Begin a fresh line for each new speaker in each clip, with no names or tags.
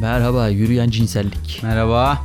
Merhaba yürüyen cinsellik.
Merhaba.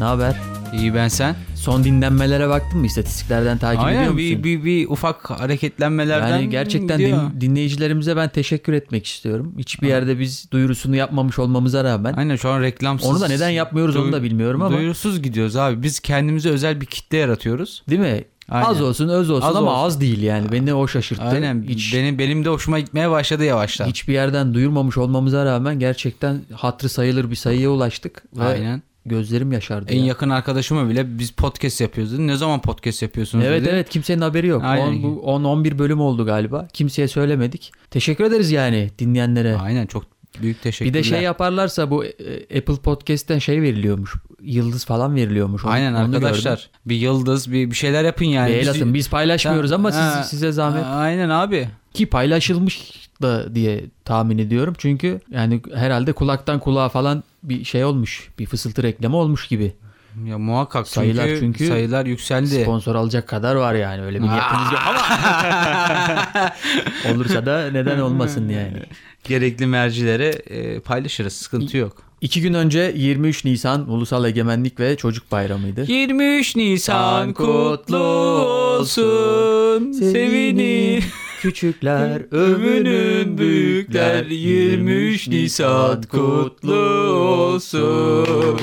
Ne haber?
İyi ben sen.
Son dinlenmelere baktın mı? İstatistiklerden takip ediyor
Aynen
musun?
bir, bir, bir ufak hareketlenmelerden
yani gerçekten
gidiyor.
din- dinleyicilerimize ben teşekkür etmek istiyorum. Hiçbir yerde biz duyurusunu yapmamış olmamıza rağmen
Aynen şu an reklamsız.
Onu da neden yapmıyoruz onu da bilmiyorum ama.
Duyurusuz gidiyoruz abi. Biz kendimize özel bir kitle yaratıyoruz.
değil mi?
Aynen.
Az olsun öz olsun
Az
ama
olsun.
az değil yani. Beni o şaşırttı.
Aynen.
Hiç,
Benim, benim de hoşuma gitmeye başladı yavaştan.
hiçbir yerden duyurmamış olmamıza rağmen gerçekten hatırı sayılır bir sayıya ulaştık. Ve
Aynen.
Gözlerim yaşardı.
En
ya.
yakın arkadaşıma bile biz podcast yapıyoruz dedi. Ne zaman podcast yapıyorsunuz
Evet
dedi.
evet kimsenin haberi yok.
Aynen.
10 bu 10 11 bölüm oldu galiba. Kimseye söylemedik. Teşekkür ederiz yani dinleyenlere.
Aynen çok büyük
Bir
teşekkürler.
de şey yaparlarsa bu e, Apple Podcast'ten şey veriliyormuş. Yıldız falan veriliyormuş. Onu-
Aynen
onu
arkadaşlar.
gördüm.
Bir yıldız bir, bir şeyler yapın yani.
Bir el
Biz-
atın. Biz paylaşmıyoruz ama siz-
Ha,
size zahmet.
Aynen abi.
Ki paylaşılmış da diye tahmin ediyorum. Çünkü yani herhalde kulaktan kulağa falan bir şey olmuş. Bir fısıltı reklamı olmuş gibi.
Ya muhakkak
Sayılar
çünkü,
çünkü-
sayılar yükseldi.
Sponsor alacak kadar var yani. Öyle bir niyetimiz yok ama olursa da neden olmasın yani.
Gerekli mercilere e, paylaşırız. Sıkıntı yok.
İki gün önce 23 Nisan Ulusal Egemenlik ve Çocuk Bayramı'ydı.
23 Nisan
kutlu olsun. Sevinin küçükler övünün büyükler 23 Nisan kutlu olsun.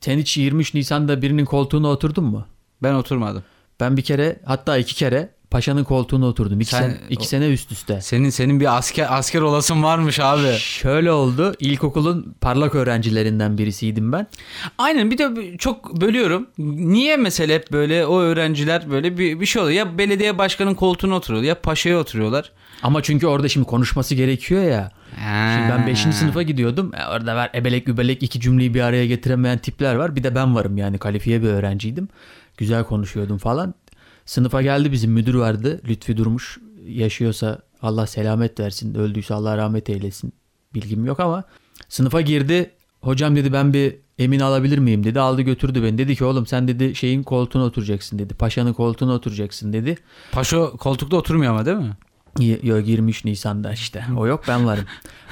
Sen hiç 23 Nisan'da birinin koltuğuna oturdun mu?
Ben oturmadım.
Ben bir kere hatta iki kere paşanın koltuğuna oturdum. İki,
Sen-
sen, iki
o-
sene üst üste.
Senin senin bir asker asker olasın varmış abi.
Şöyle oldu. İlkokulun parlak öğrencilerinden birisiydim ben.
Aynen bir de b- çok bölüyorum. Niye mesela hep böyle o öğrenciler böyle bir, bir şey oluyor? Ya belediye başkanının koltuğuna oturuyorlar ya paşaya oturuyorlar.
Ama çünkü orada şimdi konuşması gerekiyor ya. Şimdi ben 5.
Ha.
sınıfa gidiyordum. E, Orada var ebelek übelek iki cümleyi bir araya getiremeyen tipler var. Bir de ben varım yani kalifiye bir öğrenciydim. Güzel konuşuyordum falan. Sınıfa geldi bizim müdür vardı. Lütfi Durmuş yaşıyorsa Allah selamet versin. Öldüyse Allah rahmet eylesin. Bilgim yok ama. Sınıfa girdi. Hocam dedi ben bir emin alabilir miyim dedi. Aldı götürdü beni. Dedi ki oğlum sen dedi şeyin koltuğuna oturacaksın dedi. Paşanın koltuğuna oturacaksın dedi.
Paşa koltukta oturmuyor ama değil mi?
Y- Yok 23 Nisan'da işte. O yok ben varım.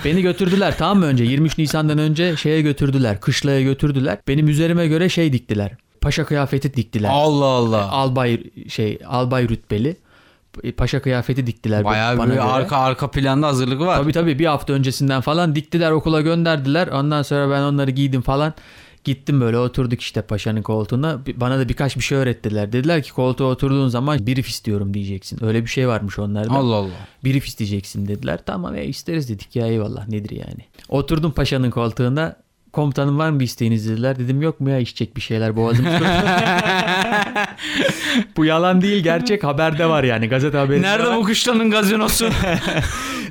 Beni götürdüler tamam mı önce? 23 Nisan'dan önce şeye götürdüler. Kışlaya götürdüler. Benim üzerime göre şey diktiler. Paşa kıyafeti diktiler.
Allah Allah.
albay şey albay rütbeli. E, Paşa kıyafeti diktiler
Bayağı bir
bana göre.
arka arka planda hazırlık var.
Tabii tabii bir hafta öncesinden falan diktiler okula gönderdiler. Ondan sonra ben onları giydim falan. Gittim böyle oturduk işte paşanın koltuğuna. Bi- Bana da birkaç bir şey öğrettiler. Dediler ki koltuğa oturduğun zaman brief istiyorum diyeceksin. Öyle bir şey varmış onlarda.
Allah Allah.
Brief isteyeceksin dediler. Tamam e, isteriz dedik ya eyvallah nedir yani. Oturdum paşanın koltuğuna. Komutanım var mı bir isteğiniz dediler. Dedim yok mu ya içecek bir şeyler boğazım kurudu. bu yalan değil gerçek haberde var yani gazete haberinde
Nerede
var.
bu kuşlanın gazinosu?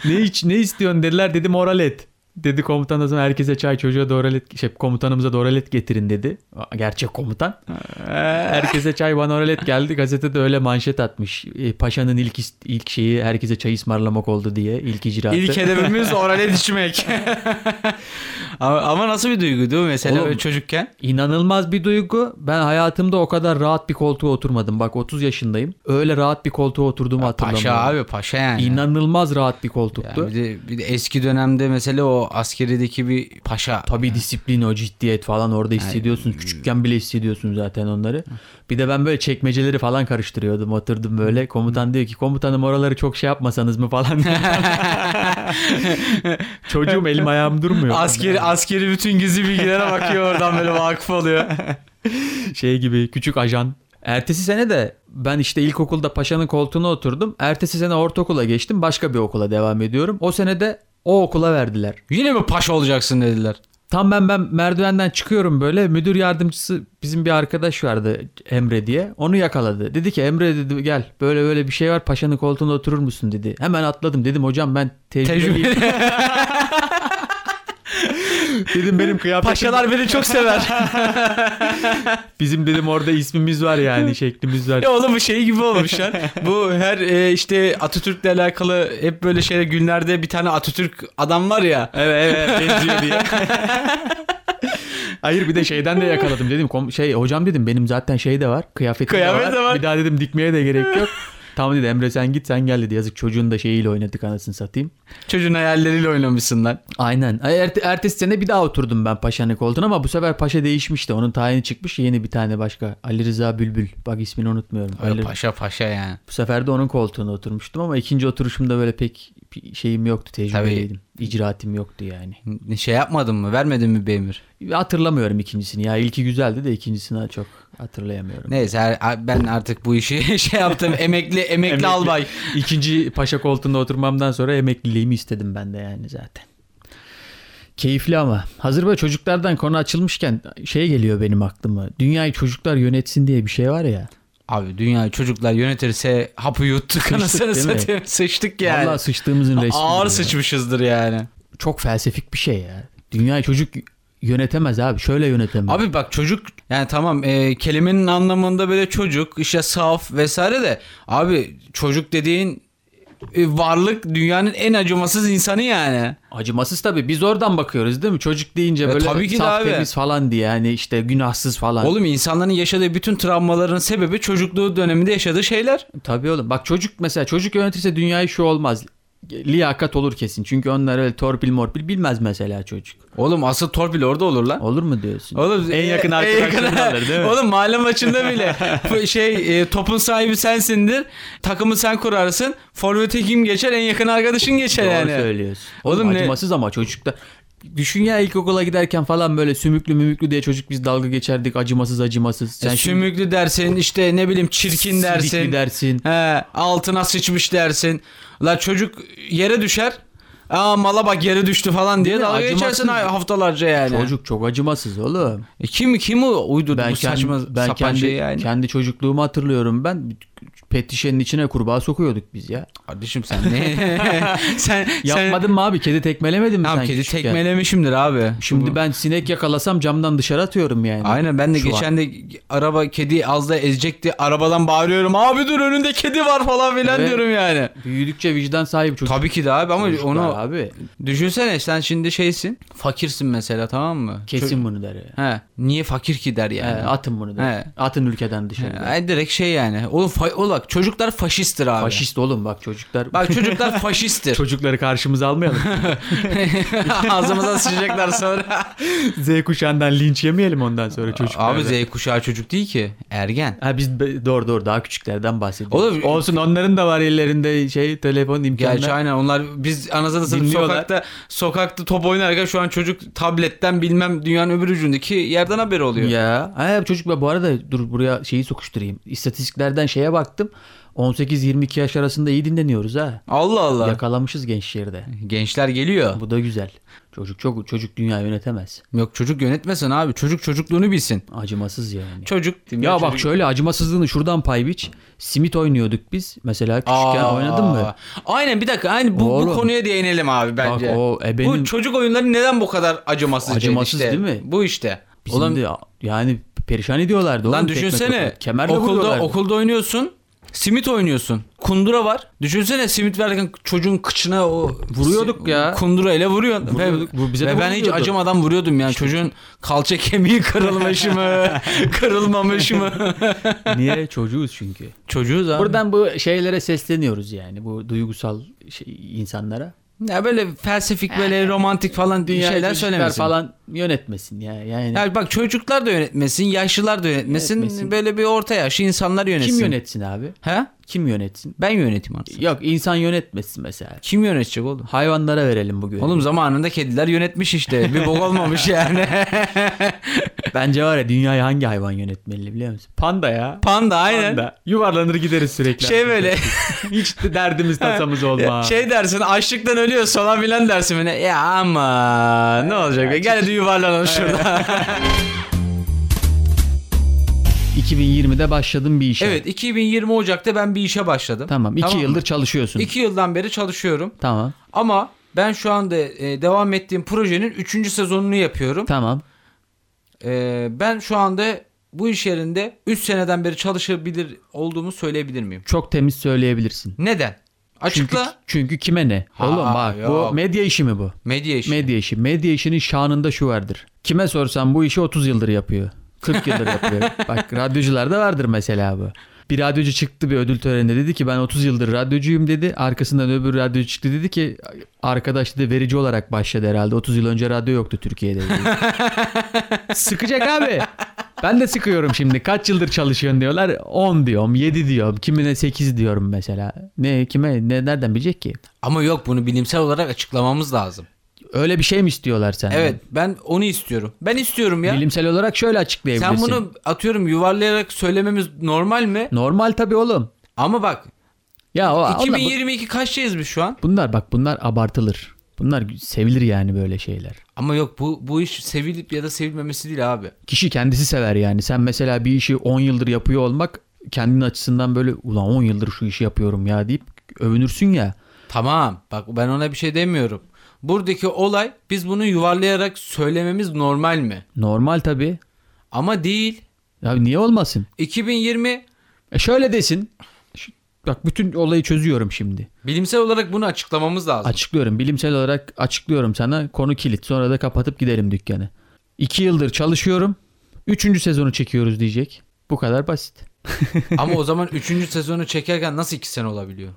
Ne, iç, ne istiyorsun dediler dedim oral et. Dedi komutan o zaman herkese çay çocuğa da oral et, şey, komutanımıza da oral et getirin dedi. Aa, Gerçek komutan.
Ee,
herkese çay bana oral et geldi. Gazetede öyle manşet atmış. E, Paşanın ilk is- ilk şeyi herkese çay ısmarlamak oldu diye ilk icraatı.
İlk hedefimiz orale düşmek. ama, ama nasıl bir duygu değil mi mesela
Oğlum-
böyle çocukken?
İnanılmaz bir duygu. Ben hayatımda o kadar rahat bir koltuğa oturmadım. Bak 30 yaşındayım. Öyle rahat bir koltuğa oturduğumu hatırlamıyorum.
Paşa abi paşa yani.
İnanılmaz rahat bir
Yani
koltuktu.
bir, de, bir de eski dönemde mesela o askerideki bir paşa.
Tabii disiplin o ciddiyet falan orada hissediyorsun. Küçükken bile hissediyorsun zaten onları. Bir de ben böyle çekmeceleri falan karıştırıyordum. Oturdum böyle. Komutan diyor ki komutanım oraları çok şey yapmasanız mı falan. diyor. Çocuğum elim ayağım durmuyor.
askeri askeri bütün gizli bilgilere bakıyor oradan böyle vakıf oluyor.
şey gibi küçük ajan. Ertesi sene de ben işte ilkokulda paşanın koltuğuna oturdum. Ertesi sene ortaokula geçtim. Başka bir okula devam ediyorum. O sene de o okula verdiler.
Yine mi paşa olacaksın dediler.
Tam ben ben merdivenden çıkıyorum böyle müdür yardımcısı bizim bir arkadaş vardı Emre diye. Onu yakaladı. Dedi ki Emre dedi gel böyle böyle bir şey var paşanın koltuğunda oturur musun dedi. Hemen atladım dedim hocam ben tecrübeliyim.
Tecrübe.
dedim benim kıyafetim.
Paşalar beni çok sever.
Bizim dedim orada ismimiz var yani şeklimiz var.
Ya oğlum bu şey gibi olmuşlar. Bu her e, işte Atatürk'le alakalı hep böyle şeyler günlerde bir tane Atatürk adam var ya.
Evet evet benziyor diye. Hayır bir de şeyden de yakaladım dedim. kom- şey hocam dedim benim zaten şey de var. Kıyafetim
Kıyafet
de var.
de var.
Bir daha dedim dikmeye de gerek yok. Tamam dedi Emre sen git sen gel dedi. Yazık çocuğun da şeyiyle oynadık anasını satayım.
Çocuğun hayalleriyle oynamışsınlar.
Aynen. Ay, erte- ertesi sene bir daha oturdum ben Paşa'nın koltuğuna ama bu sefer Paşa değişmişti. Onun tayini çıkmış yeni bir tane başka. Ali Rıza Bülbül. Bak ismini unutmuyorum.
Öyle
Ali-
paşa paşa yani.
Bu sefer de onun koltuğuna oturmuştum ama ikinci oturuşumda böyle pek bir şeyim yoktu. Tecrübeliydim. İcraatim yoktu yani.
Şey yapmadın mı? Vermedin mi bir emir?
Hatırlamıyorum ikincisini ya. İlki güzeldi de ikincisini çok hatırlayamıyorum.
Neyse her- ben artık bu işi şey yaptım. Emekli emekli,
Emekli.
albay.
İkinci paşa koltuğunda oturmamdan sonra emekliliğimi istedim ben de yani zaten. Keyifli ama. Hazır böyle çocuklardan konu açılmışken şey geliyor benim aklıma. Dünyayı çocuklar yönetsin diye bir şey var ya.
Abi dünyayı çocuklar yönetirse hapı yuttuk anasını
değil mi?
satayım. Sıçtık yani.
Vallahi sıçtığımızın resmi.
Ağır
bu.
sıçmışızdır yani.
Çok felsefik bir şey ya. Dünyayı çocuk yönetemez abi. Şöyle yönetemez.
Abi bak çocuk yani tamam e, kelimenin anlamında böyle çocuk işte saf vesaire de abi çocuk dediğin e, varlık dünyanın en acımasız insanı yani.
Acımasız tabii. Biz oradan bakıyoruz değil mi? Çocuk deyince
Ya
böyle
tabii ki de
saf
abi.
temiz falan diye. Yani işte günahsız falan.
Oğlum insanların yaşadığı bütün travmaların sebebi çocukluğu döneminde yaşadığı şeyler.
Tabii oğlum. Bak çocuk mesela çocuk yönetirse dünyayı şu olmaz. Liyakat olur kesin. Çünkü onlar öyle torpil morpil bilmez mesela çocuk.
Oğlum asıl torpil orada olur lan.
Olur mu diyorsun?
Oğlum e,
En yakın
en
arkadaşlarını alır, değil mi?
Oğlum mahalle maçında bile bu şey e, topun sahibi sensindir. Takımı sen kurarsın. Forvete kim geçer? En yakın arkadaşın geçer
Doğru
yani.
söylüyorsun. Oğlum,
Oğlum ne-
acımasız ama çocukta. Düşün ya ilkokula giderken falan böyle sümüklü mümüklü diye çocuk biz dalga geçerdik acımasız acımasız.
Sen sümüklü dersin işte ne bileyim çirkin
şimdi sidikli
E, dersin.
dersin.
He, altına sıçmış dersin. La çocuk yere düşer. Aa mala bak yere düştü falan diye
Değil mi?
dalga geçersin
Acımasız.
ha- haftalarca yani.
Çocuk çok acımasız oğlum.
E, Kim kim o uydurdu
Ben,
bu saçma
kendi, ben
sapan
kendi,
şeyi yani.
kendi çocukluğumu hatırlıyorum ben. Pet şişenin içine kurbağa sokuyorduk biz ya.
Kardeşim sen ne? sen
Yapmadın mı abi? Kedi tekmelemedin mi
Sen,
sen
Tamam, kedi
küçükken?
tekmelemişimdir abi.
Şimdi ben sinek yakalasam camdan dışarı atıyorum yani.
Aynen ben de
Şu
geçen de araba kedi az da ezecekti. Arabadan bağırıyorum. Abi dur önünde kedi var falan filan
Evet.
diyorum yani.
an. Büyüdükçe vicdan sahibi çocuk.
Tabii ki de abi ama
çocuklar
onu
abi
düşünsene sen şimdi şeysin. Fakirsin mesela tamam mı?
kesin bunu der ya.
Çö- He. Niye fakir ki der yani.
Yani atın bunu der.
He.
Atın ülkeden dışarı. der.
He, direkt şey yani. Oğlum fa- oğlum bak çocuklar faşisttir abi.
Faşist oğlum bak çocuklar.
Bak çocuklar faşisttir.
çocukları karşımıza almayalım.
Ağzımıza sıçacaklar sonra.
Z kuşağından linç yemeyelim ondan sonra çocuklar.
abi Z kuşağı çocuk değil ki. Ergen.
Ha biz be- doğru doğru daha küçüklerden bahsediyoruz.
Oğlum-
Olsun onların da var ellerinde şey telefon imkanı.
Gerçi aynen onlar biz anasını satayım
Dinliyorlar.
sokakta sokakta top oynarken şu an çocuk tabletten bilmem dünyanın öbür ucundaki yerden haberi oluyor.
Ya. Ha, çocuk bu arada dur buraya şeyi sokuşturayım. İstatistiklerden şeye baktım. 18-22 yaş arasında iyi dinleniyoruz ha.
Allah Allah.
Yakalamışız genç şehirde.
Gençler geliyor.
Bu da güzel. Çocuk çok çocuk dünya yönetemez.
Yok çocuk yönetmesin abi. Çocuk çocukluğunu bilsin.
Acımasız yani.
Çocuk.
ya bak şöyle acımasızlığını şuradan pay biç. Simit oynuyorduk biz. Mesela küçükken oynadın mı?
Aynen bir dakika. Aynı bu, bu
Oğlum.
konuya değinelim abi bence.
Bak o ebenin
Bu çocuk oyunları neden bu kadar e, acımasız?
Acımasız
işte?
değil mi?
Bu işte.
bizim
Ulan,
de yani perişan ediyorlardı.
lan
oğlum, tekme
düşünsene.
tokat. Kemerle
okulda,
vuruyorlardı.
okulda oynuyorsun. Simit oynuyorsun. Kundura var. Düşünsene simit verirken çocuğun kıçına o
Vuruyorduk ya.
Kundura ile vuruyorsun.
Vuruyorduk.
Ve,
Bu bize de
ve ben hiç
vuruyordu.
acımadan vuruyordum yani. Çocuğun kalça kemiği kırılmış mı? kırılmamış mı?
Niye? Çocuğuz çünkü.
Çocuğuz abi.
Buradan bu şeylere sesleniyoruz yani. Bu duygusal şey, insanlara.
ya böyle felsefik böyle romantik falan
Dünya
şeyler
çocuklar
söylemesin.
falan yönetmesin ya. Yani
Ya bak çocuklar da yönetmesin, yaşlılar da yönetmesin.
Yönetmesin.
Böyle bir orta yaşlı insanlar yönetsin.
kim yönetsin abi?
He?
Kim yönetsin?
Ben yöneteyim artık.
Yok insan yönetmesin mesela.
Kim yönetecek oğlum?
Hayvanlara verelim bu görevi.
Oğlum zamanında kediler yönetmiş işte. Bir bok olmamış yani.
Bence var ya dünyayı hangi hayvan yönetmeli biliyor musun? Panda ya.
Panda aynen.
Panda. Yuvarlanır gideriz sürekli.
Şey böyle
Hiç de derdimiz tasamız olma.
şey dersin açlıktan ölüyorsun falan filan dersin bana. Ya ama ne olacak be gel hadi yuvarlanalım şurada.
2020'de başladım bir işe.
evet 2020 Ocak'ta ben bir işe başladım.
Tamam. 2
mı?
yıldır çalışıyorsun.
İki yıldan beri çalışıyorum.
Tamam.
Ama ben şu anda e, devam ettiğim projenin 3. sezonunu yapıyorum.
Tamam.
E, ben şu anda bu iş yerinde 3 seneden beri çalışabilir olduğumu söyleyebilir miyim?
Çok temiz söyleyebilirsin.
Neden?
Çünkü,
Açıkla.
çünkü kime ne?
Ha,
Oğlum bak
yok.
bu medya işi mi bu?
Medya işi.
Medya işi. Medya işinin şanında şu vardır. Kime sorsan bu işi 30 yıldır yapıyor. 40 yıldır yapıyor. Bak radyocularda vardır mesela bu. Bir radyocu çıktı bir ödül töreninde dedi ki ben 30 yıldır radyocuyum dedi. Arkasından öbür radyocu çıktı dedi ki arkadaş dedi verici olarak başladı herhalde. 30 yıl önce radyo yoktu Türkiye'de. dedi. Sıkacak abi. Ben de sıkıyorum şimdi. Kaç yıldır çalışıyorsun diyorlar. 10 diyorum, 7 diyorum. Kimine 8 diyorum mesela. Ne kime ne nereden bilecek ki?
Ama yok bunu bilimsel olarak açıklamamız lazım.
Öyle bir şey mi istiyorlar senden?
Evet ben onu istiyorum. Ben istiyorum ya.
Bilimsel olarak şöyle açıklayabilirsin.
Sen bunu atıyorum yuvarlayarak söylememiz normal mi?
normal tabii oğlum.
Ama bak
Ya o,
2022 kaçtayız biz şu an?
Bunlar bak bunlar abartılır. Bunlar sevilir yani böyle şeyler.
Ama yok bu bu iş sevilip ya da sevilmemesi değil abi.
Kişi kendisi sever yani. Sen mesela bir işi 10 yıldır yapıyor olmak kendin açısından böyle ulan 10 yıldır şu işi yapıyorum ya deyip övünürsün ya.
Tamam bak ben ona bir şey demiyorum. Buradaki olay biz bunu yuvarlayarak söylememiz normal mi?
Normal tabii.
Ama değil.
Ya niye olmasın?
2020
E şöyle desin. Şu- Bak bütün olayı çözüyorum şimdi.
bilimsel olarak bunu açıklamamız lazım.
Açıklıyorum. Bilimsel olarak açıklıyorum sana. Konu kilit. Sonra da kapatıp gidelim dükkanı. 2 yıldır çalışıyorum. 3. sezonu çekiyoruz diyecek. Bu kadar basit.
Ama o zaman 3. sezonu çekerken nasıl 2 sene olabiliyor?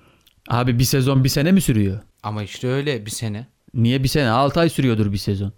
Abi bir sezon bir sene mi sürüyor?
Ama işte öyle bir sene.
Niye bir sene? 6 ay sürüyordur bir sezon.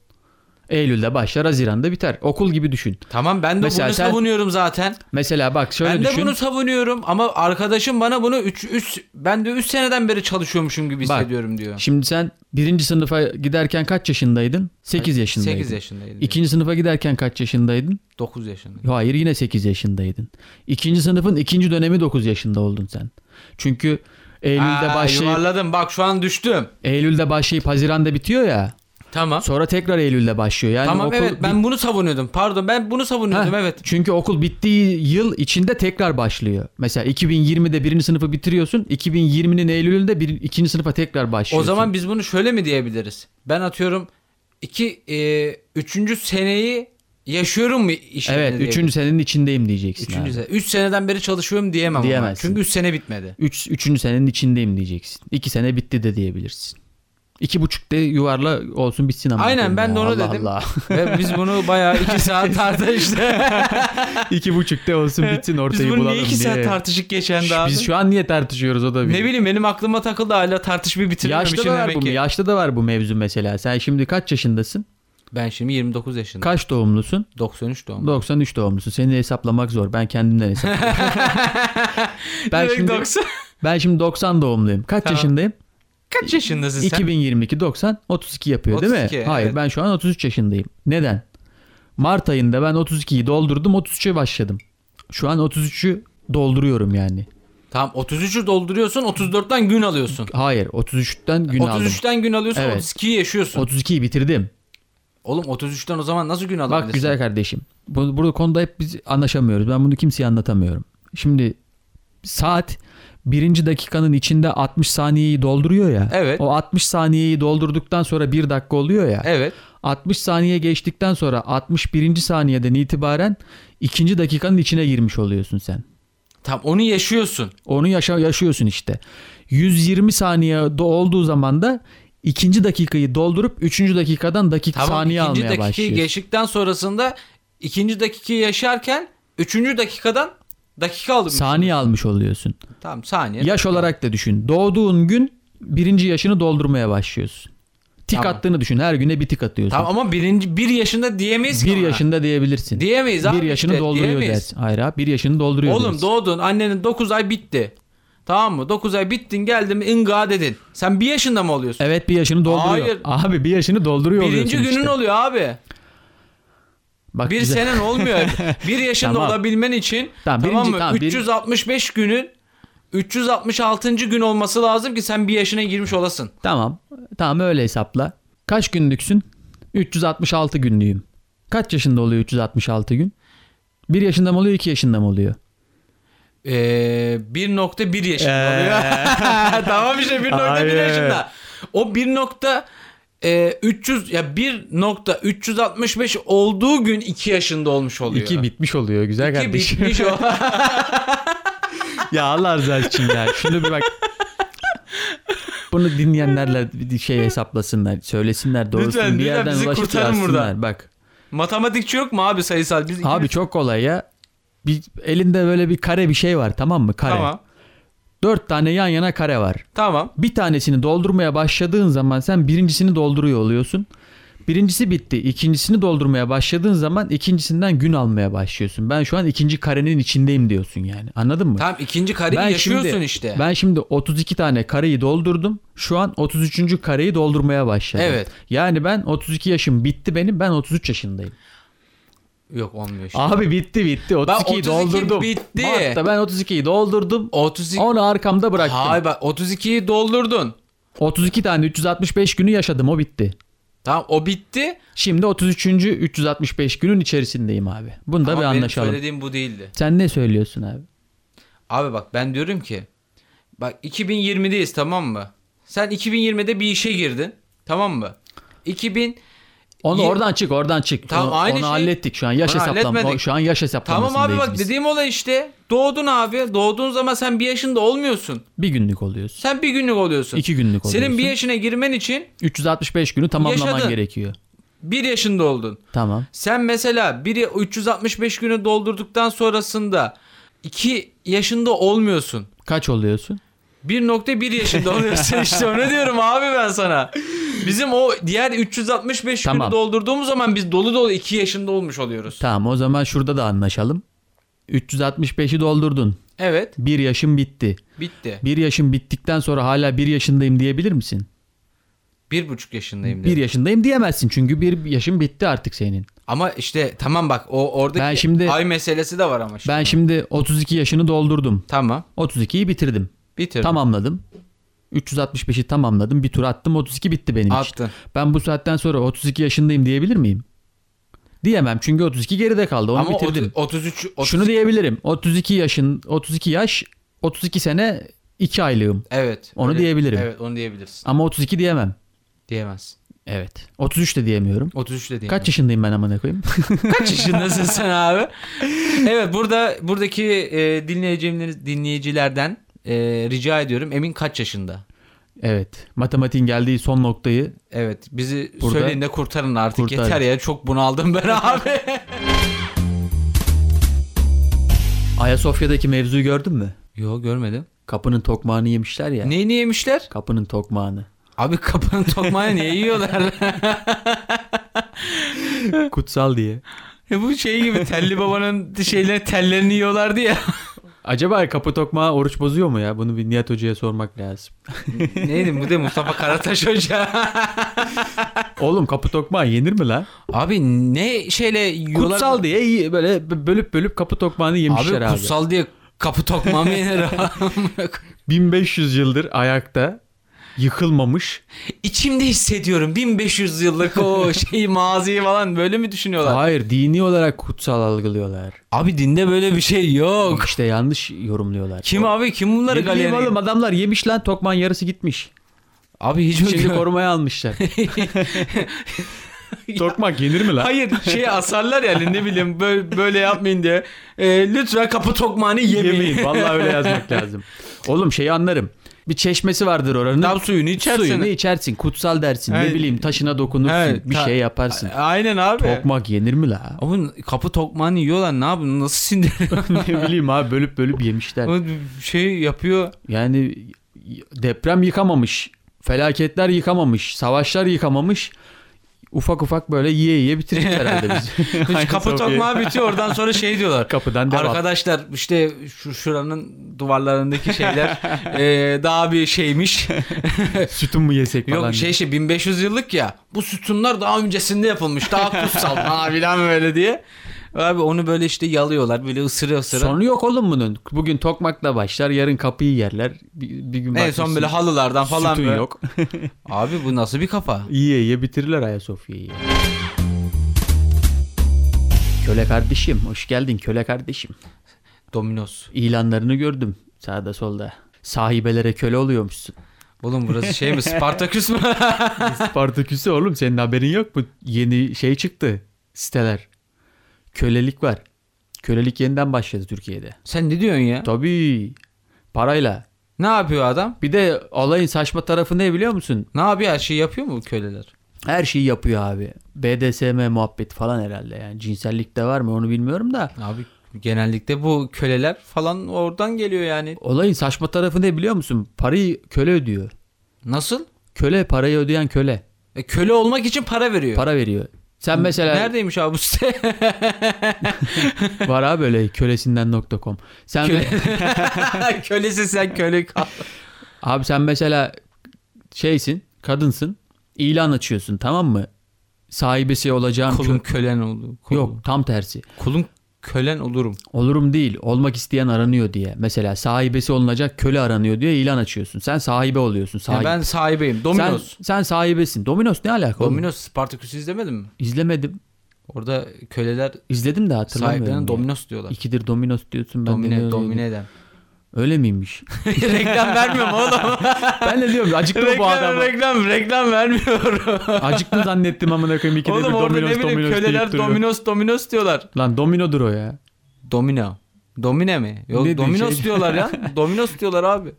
Eylül'de başlar, Haziran'da biter. Okul gibi düşün.
Tamam ben de
Mesela
bunu
sen-
savunuyorum zaten.
Mesela bak şöyle
ben de
düşün.
bunu savunuyorum ama arkadaşım bana bunu 3 3 ben de 3 seneden beri çalışıyormuşum gibi
Bak,
hissediyorum diyor.
Şimdi sen birinci sınıfa giderken kaç yaşındaydın? 8 yaşındaydın.
8 yaşındaydı.
İkinci sınıfa giderken kaç yaşındaydın?
9 yaşındaydı.
Hayır yine 8 yaşındaydın. İkinci sınıfın ikinci dönemi 9 yaşında oldun sen. Çünkü Eylül'de
Aa,
başlayıp,
Yuvarladım bak şu an düştüm.
Eylül'de başlayıp Haziran'da bitiyor ya.
Tamam.
Sonra tekrar Eylül'de başlıyor. Yani
tamam
okul
evet ben bunu savunuyordum. Pardon ben bunu savunuyordum
Heh,
evet.
Çünkü okul bittiği yıl içinde tekrar başlıyor. Mesela 2020'de birinci sınıfı bitiriyorsun. 2020'nin Eylül'ünde bir, ikinci sınıfa tekrar
O
başlıyorsun.
zaman biz bunu şöyle mi diyebiliriz? Ben atıyorum 2 3. seneyi yaşıyorum mu işini
evet 3. senenin içindeyim diyeceksin.
3.
abi.
sene. 3 seneden beri çalışıyorum diyemem ama.
Diyemezsin.
Çünkü 3 sene bitmedi.
Üç, üçüncü senenin içindeyim diyeceksin. İki sene bitti de diyebilirsin. İki buçuk de yuvarla olsun bitsin ama.
Aynen, ben de onu
Allah
dedim.
Allah.
Ve biz bunu bayağı 2 saat tartıştık.
iki buçuk de olsun bitsin ortayı
biz bunu
bulalım
niye 2
diye.
saat tartışık geçen daha?
Biz şu an niye tartışıyoruz o da bir.
Ne bileyim benim aklıma takıldı hala tartışmayı bitirmemişim
Yaşta da var
demek
bu,
ki.
yaşta da var bu mevzu mesela. Sen şimdi kaç yaşındasın?
Ben şimdi 29 yaşındayım.
Kaç doğumlusun?
93 doğumlu.
93 doğumlusun. Seni hesaplamak zor. Ben kendimden hesaplıyorum. ben,
Direkt
şimdi,
90.
ben şimdi 90 doğumluyum. Kaç
Tamam.
yaşındayım?
Kaç yaşındasın sen?
2022 90 32 yapıyor değil mi?
32,
Hayır
evet.
ben şu an 33 yaşındayım. Neden? Mart ayında ben 32'yi doldurdum 33'e başladım. Şu an 33'ü dolduruyorum yani.
Tamam 33'ü dolduruyorsun 34'ten gün alıyorsun.
Hayır 33'ten gün aldım.
33'ten gün alıyorsun
Evet.
32'yi yaşıyorsun.
32'yi bitirdim.
Oğlum 33'ten o zaman nasıl gün alabilirsin?
Bak güzel kardeşim. Bu, burada konuda hep biz anlaşamıyoruz. Ben bunu kimseye anlatamıyorum. Şimdi saat birinci dakikanın içinde 60 saniyeyi dolduruyor ya.
Evet.
O 60 saniyeyi doldurduktan sonra bir dakika oluyor ya.
Evet.
60 saniye geçtikten sonra 61. saniyeden itibaren ikinci dakikanın içine girmiş oluyorsun sen.
Tamam onu yaşıyorsun.
Onu yaşa, yaşıyorsun işte. 120 saniye do- olduğu zaman da ikinci dakikayı doldurup üçüncü dakikadan dakika
Tamam
saniye
ikinci
almaya
dakikayı
başlıyorsun.
geçtikten sonrasında ikinci dakikayı yaşarken üçüncü dakikadan dakika aldım.
saniye almış oluyorsun.
Tamam saniye.
Yaş olarak da düşün. Doğduğun gün birinci yaşını doldurmaya başlıyorsun. Tik
Tamam.
attığını düşün. Her güne bir tik atıyorsun.
Tamam ama birinci, bir yaşında diyemeyiz ki
bir
ona.
yaşında diyebilirsin.
Diyemeyiz abi
bir yaşını
işte,
dolduruyor
diyemeyiz.
dersin. Hayır abi bir yaşını dolduruyor
Oğlum
dersin.
doğdun annenin 9 ay bitti. Tamam mı? 9 ay bittin geldim inga dedin. Sen bir yaşında mı oluyorsun?
Evet bir yaşını dolduruyor.
Hayır.
Abi bir yaşını dolduruyor
Birinci
oluyorsun
günün
işte.
oluyor abi.
Bak
Bir
güzel.
senen olmuyor. bir yaşında
Tamam.
olabilmen için
Tamam,
tamam,
birinci-
mı?
tamam, bir-
365 günün 366. gün olması lazım ki sen bir yaşına girmiş olasın.
Tamam. Tamam öyle hesapla. Kaç günlüksün? 366 günlüyüm. Kaç yaşında oluyor 366 gün? Bir yaşında mı oluyor iki yaşında mı oluyor?
Ee, 1.1 yaşında
Ee.
oluyor. tamam işte 1.1
Hayır.
yaşında. O 1. nokta, e, 300 ya 1.365 olduğu gün 2 yaşında olmuş oluyor.
İki bitmiş oluyor güzel
İki şey-
kardeşim.
bitmiş o.
ya Allah rızası için ya. Şunu bir bak. Bunu dinleyenlerle bir şey hesaplasınlar. Söylesinler doğrusunu
Lütfen,
bir
lütfen
yerden
bizi
ulaşıp
kurtarın buradan.
yazsınlar. Bak
Matematikçi yok mu abi sayısal? Biz
abi
ikimiz-
çok kolay ya. bir elinde böyle bir kare bir şey var tamam mı? Kare.
Tamam.
Dört tane yan yana kare var.
Tamam.
Bir tanesini doldurmaya başladığın zaman sen birincisini dolduruyor oluyorsun. Birincisi bitti. İkincisini doldurmaya başladığın zaman ikincisinden gün almaya başlıyorsun. Ben şu an ikinci karenin içindeyim diyorsun yani. Anladın mı?
Tamam ikinci kareyi
Ben
yaşıyorsun
şimdi-
işte.
Ben şimdi 32 tane kareyi doldurdum. Şu an 33. kareyi doldurmaya başladım.
Evet.
Yani ben 32 yaşım bitti benim. Ben 33 yaşındayım.
Yok olmuyor işte.
Abi bitti bitti. 32'yi
32
doldurdum.
bitti.
Mart'ta ben 32'yi doldurdum.
32
Onu arkamda bıraktım.
Hayır bak 32'yi doldurdun.
32 tane 365 günü yaşadım o bitti.
Tamam o bitti.
Şimdi 33. 365 günün içerisindeyim abi. Bunda
Ama
bir
benim
anlaşalım.
söylediğim bu değildi.
Sen ne söylüyorsun abi?
Abi bak ben diyorum ki bak 2020'deyiz tamam mı? Sen 2020'de bir işe girdin. Tamam mı? 2000
Onu
Yir-
oradan çık oradan çık.
Tamam,
onu
aynı
onu
şey-
hallettik şu an yaş
Onu
hesaplama.
halletmedik.
Şu an yaş hesaplamasındayız
tamam abi bak
biz.
dediğim olay işte. Doğdun abi. Doğduğun zaman sen bir yaşında olmuyorsun.
Bir günlük oluyorsun.
Sen bir günlük oluyorsun.
iki günlük oluyorsun.
Senin bir yaşına girmen için
365 günü tamamlaman
Yaşadın.
gerekiyor.
bir yaşında oldun.
Tamam.
Sen mesela biri 365 günü doldurduktan sonrasında 2 yaşında olmuyorsun.
Kaç oluyorsun?
1.1 yaşında oluyorsun işte onu diyorum abi ben sana. Bizim o diğer 365
Tamam.
günü doldurduğumuz zaman biz dolu dolu 2 yaşında olmuş oluyoruz.
Tamam o zaman şurada da anlaşalım. 365'i doldurdun.
Evet
Bir yaşın bitti.
bitti.
Bir yaşın bittikten sonra hala bir yaşındayım diyebilir misin?
1.5 yaşındayım
Bir
dedim.
yaşındayım diyemezsin çünkü bir yaşın bitti artık senin.
Ama işte tamam bak o oradaki
Ben şimdi-
ay meselesi de var ama şimdi.
Ben şimdi 32 yaşını doldurdum.
Tamam
32'yi bitirdim.
bitirdim.
Tamamladım. 365'i tamamladım. Bir tur attım. 32 bitti benim için.
Attın.
Ben bu saatten sonra 32 yaşındayım diyebilir miyim? Diyemem çünkü 32 geride kaldı. Onu
Ama
bitirdim.
otu- 33 otuz-
Şunu diyebilirim. 32 yaşın 32 yaş 32 sene 2 aylığım.
evet.
Onu diyebilirim.
Evet onu diyebilirsin.
Ama 32 diyemem.
Diyemezsin.
Evet. 33 de diyemiyorum.
33 de diyemezsin.
Kaç yaşındayım ben amına koyayım?
Kaç yaşındasın sen abi? Evet burada buradaki e, dinleyicilerimiz- dinleyicilerden e, rica ediyorum. Emin kaç yaşında?
evet. Matematiğin geldiği son noktayı
Evet bizi
Burada-
söyleyin de kurtarın artık
Kurtarın.
yeter ya çok bunaldım ben abi.
Ayasofya'daki mevzuyu gördün mü?
Yo görmedim.
Kapının tokmağını yemişler ya.
Neyini yemişler?
Kapının tokmağını.
Abi kapının tokmağını niye yiyorlar?
Kutsal diye.
Bu şey gibi telli babanın şeyleri tellerini yiyorlardı ya.
Acaba kapı tokmağı oruç bozuyor mu ya? Bunu bir Nihat Hoca'ya sormak lazım.
Neydi bu de Mustafa Karataş Hoca.
Oğlum kapı tokmağı yenir mi lan?
Abi ne şeyle yiyorlar?
Kutsal diye iyi- böyle b- bölüp bölüp kapı tokmağını yemişler abi.
abi. kutsal diye kapı tokmağı mı yenir abi?
1500 yıldır ayakta yıkılmamış.
İçimde hissediyorum 1500 yıllık o şeyi maziyi falan böyle mi düşünüyorlar?
Hayır dini olarak kutsal algılıyorlar.
Abi dinde böyle bir şey yok.
İşte yanlış yorumluyorlar.
Kim abi kim bunları
Ne bileyim
galeriye?
oğlum adamlar yemiş lan tokman yarısı gitmiş.
Abi hiç mi
Şimdi korumaya almışlar. Tokmak yenir mi lan?
Hayır şey asarlar yani ne bileyim böyle, böyle yapmayın diye. Ee, lütfen kapı tokmağını yemeyin.
Yemeyin. Vallahi öyle yazmak lazım. Oğlum şeyi anlarım. Bir çeşmesi vardır oranın.
Tam suyunu içersin.
Suyunu içersin. Kutsal dersin. Ne
Evet.
bileyim taşına dokunursun.
Evet,
bir
ta-
şey yaparsın.
Aynen abi.
Tokmak yenir mi la?
Abi kapı tokmağını yiyorlar ne yapıyorsun nasıl sindiriyor?
ne bileyim abi bölüp bölüp yemişler.
şey yapıyor.
Yani deprem yıkamamış. Felaketler yıkamamış. Savaşlar yıkamamamış. Ufak ufak böyle yiye yiye bitirdik herhalde biz. Aynı
kapı
Sofya.
tokmağı bitiyor oradan sonra şey diyorlar.
Kapıdan devam.
Arkadaşlar işte şu şuranın duvarlarındaki şeyler eee, daha bir şeymiş.
Sütun mu yesek falan.
Yok şey şey 1500 yıllık ya. Bu sütunlar daha öncesinde yapılmış. Daha kutsal falan filan böyle diye. Abi onu böyle işte yalıyorlar. Böyle ısırıyor ısırıyor.
Sonu yok oğlum bunun. Bugün tokmakla başlar, yarın kapıyı yerler. Bir, bir gün
en
bakmışsın,
son böyle halılardan falan
sütun
böyle.
yok.
Abi bu nasıl bir kafa?
İyi iyi bitirirler Ayasofya'yı. Köle kardeşim, hoş geldin köle kardeşim.
Dominos.
İlanlarını gördüm sağda solda. Sahibelere köle oluyormuşsun.
Oğlum burası şey mi? Spartaküs mü?
Spartaküs'ü oğlum senin haberin yok mu? Yeni şey çıktı siteler. Kölelik var. Kölelik yeniden başladı Türkiye'de.
Sen ne diyorsun ya?
Tabii. Parayla.
Ne yapıyor adam?
Bir de olayın saçma tarafı ne biliyor musun?
Ne yapıyor? Her şeyi yapıyor mu bu köleler?
Her şeyi yapıyor abi. BDSM muhabbeti falan herhalde yani. Cinsellik de var mı onu bilmiyorum da.
Abi Genellikle bu köleler falan oradan geliyor yani.
Olayın saçma tarafı ne biliyor musun? Parayı köle ödüyor.
Nasıl?
Köle parayı ödeyen köle.
E, köle olmak için para veriyor.
Para veriyor. Sen mesela
Neredeymiş abi bu site?
var abi böyle kölesinden.com. Sen
Köle- Kölesin sen köle kal.
abi sen mesela şeysin, kadınsın. ilan açıyorsun tamam mı? Sahibesi olacağım.
Kulun
kö-
kölen oldu.
Yok tam tersi.
Kulun kölen olurum.
Olurum değil, olmak isteyen aranıyor diye. Mesela sahibesi olunacak köle aranıyor diye ilan açıyorsun. Sen sahibe oluyorsun.
Yani
Sahip.
ben sahibeyim. Dominos.
Sen, sen sahibesin. Dominos ne alaka? oğlum?
Dominos Spartaküs'ü izlemedin mi?
İzlemedim.
Orada köleler
İzledim de hatırlamıyorum.
sahiplerine
ya.
Dominos diyorlar.
İkidir Dominos diyorsun ben de ne
domine,
öyle-
domine eden.
Öyle miymiş?
reklam vermiyorum oğlum.
ben de diyorum acıktı mı bu adam.
reklam, reklam vermiyorum.
acıktı zannettim amına koyayım ikidir
oğlum
bir
orada
Dominos
ne bileyim
Dominos
köleler
deyip duruyor.
Dominos Dominos diyorlar.
Lan Domino'dur o ya.
Domino. Domine mi? Yok
Ne diyor
Dominos
şey?
diyorlar ya. Dominos diyorlar abi.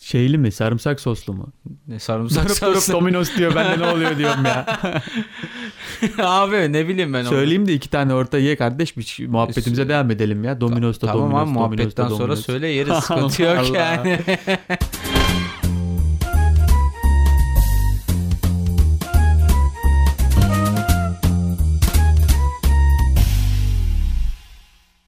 Şeyli mi? Sarımsak soslu mu?
Ne sarımsak
Durup durup
sarımsak.
Dominos diyor. Ben de ne oluyor diyorum ya.
abi ne bileyim ben onu.
Söyleyeyim de iki tane orta ye kardeş. Bir şey- muhabbetimize devam edelim ya. Domino'sta
Tamam
Dominos.
abi muhabbetten
Domino'sta
sonra
Dominos.
söyle yeriz. Sıkıntı yok
Allah.
yani.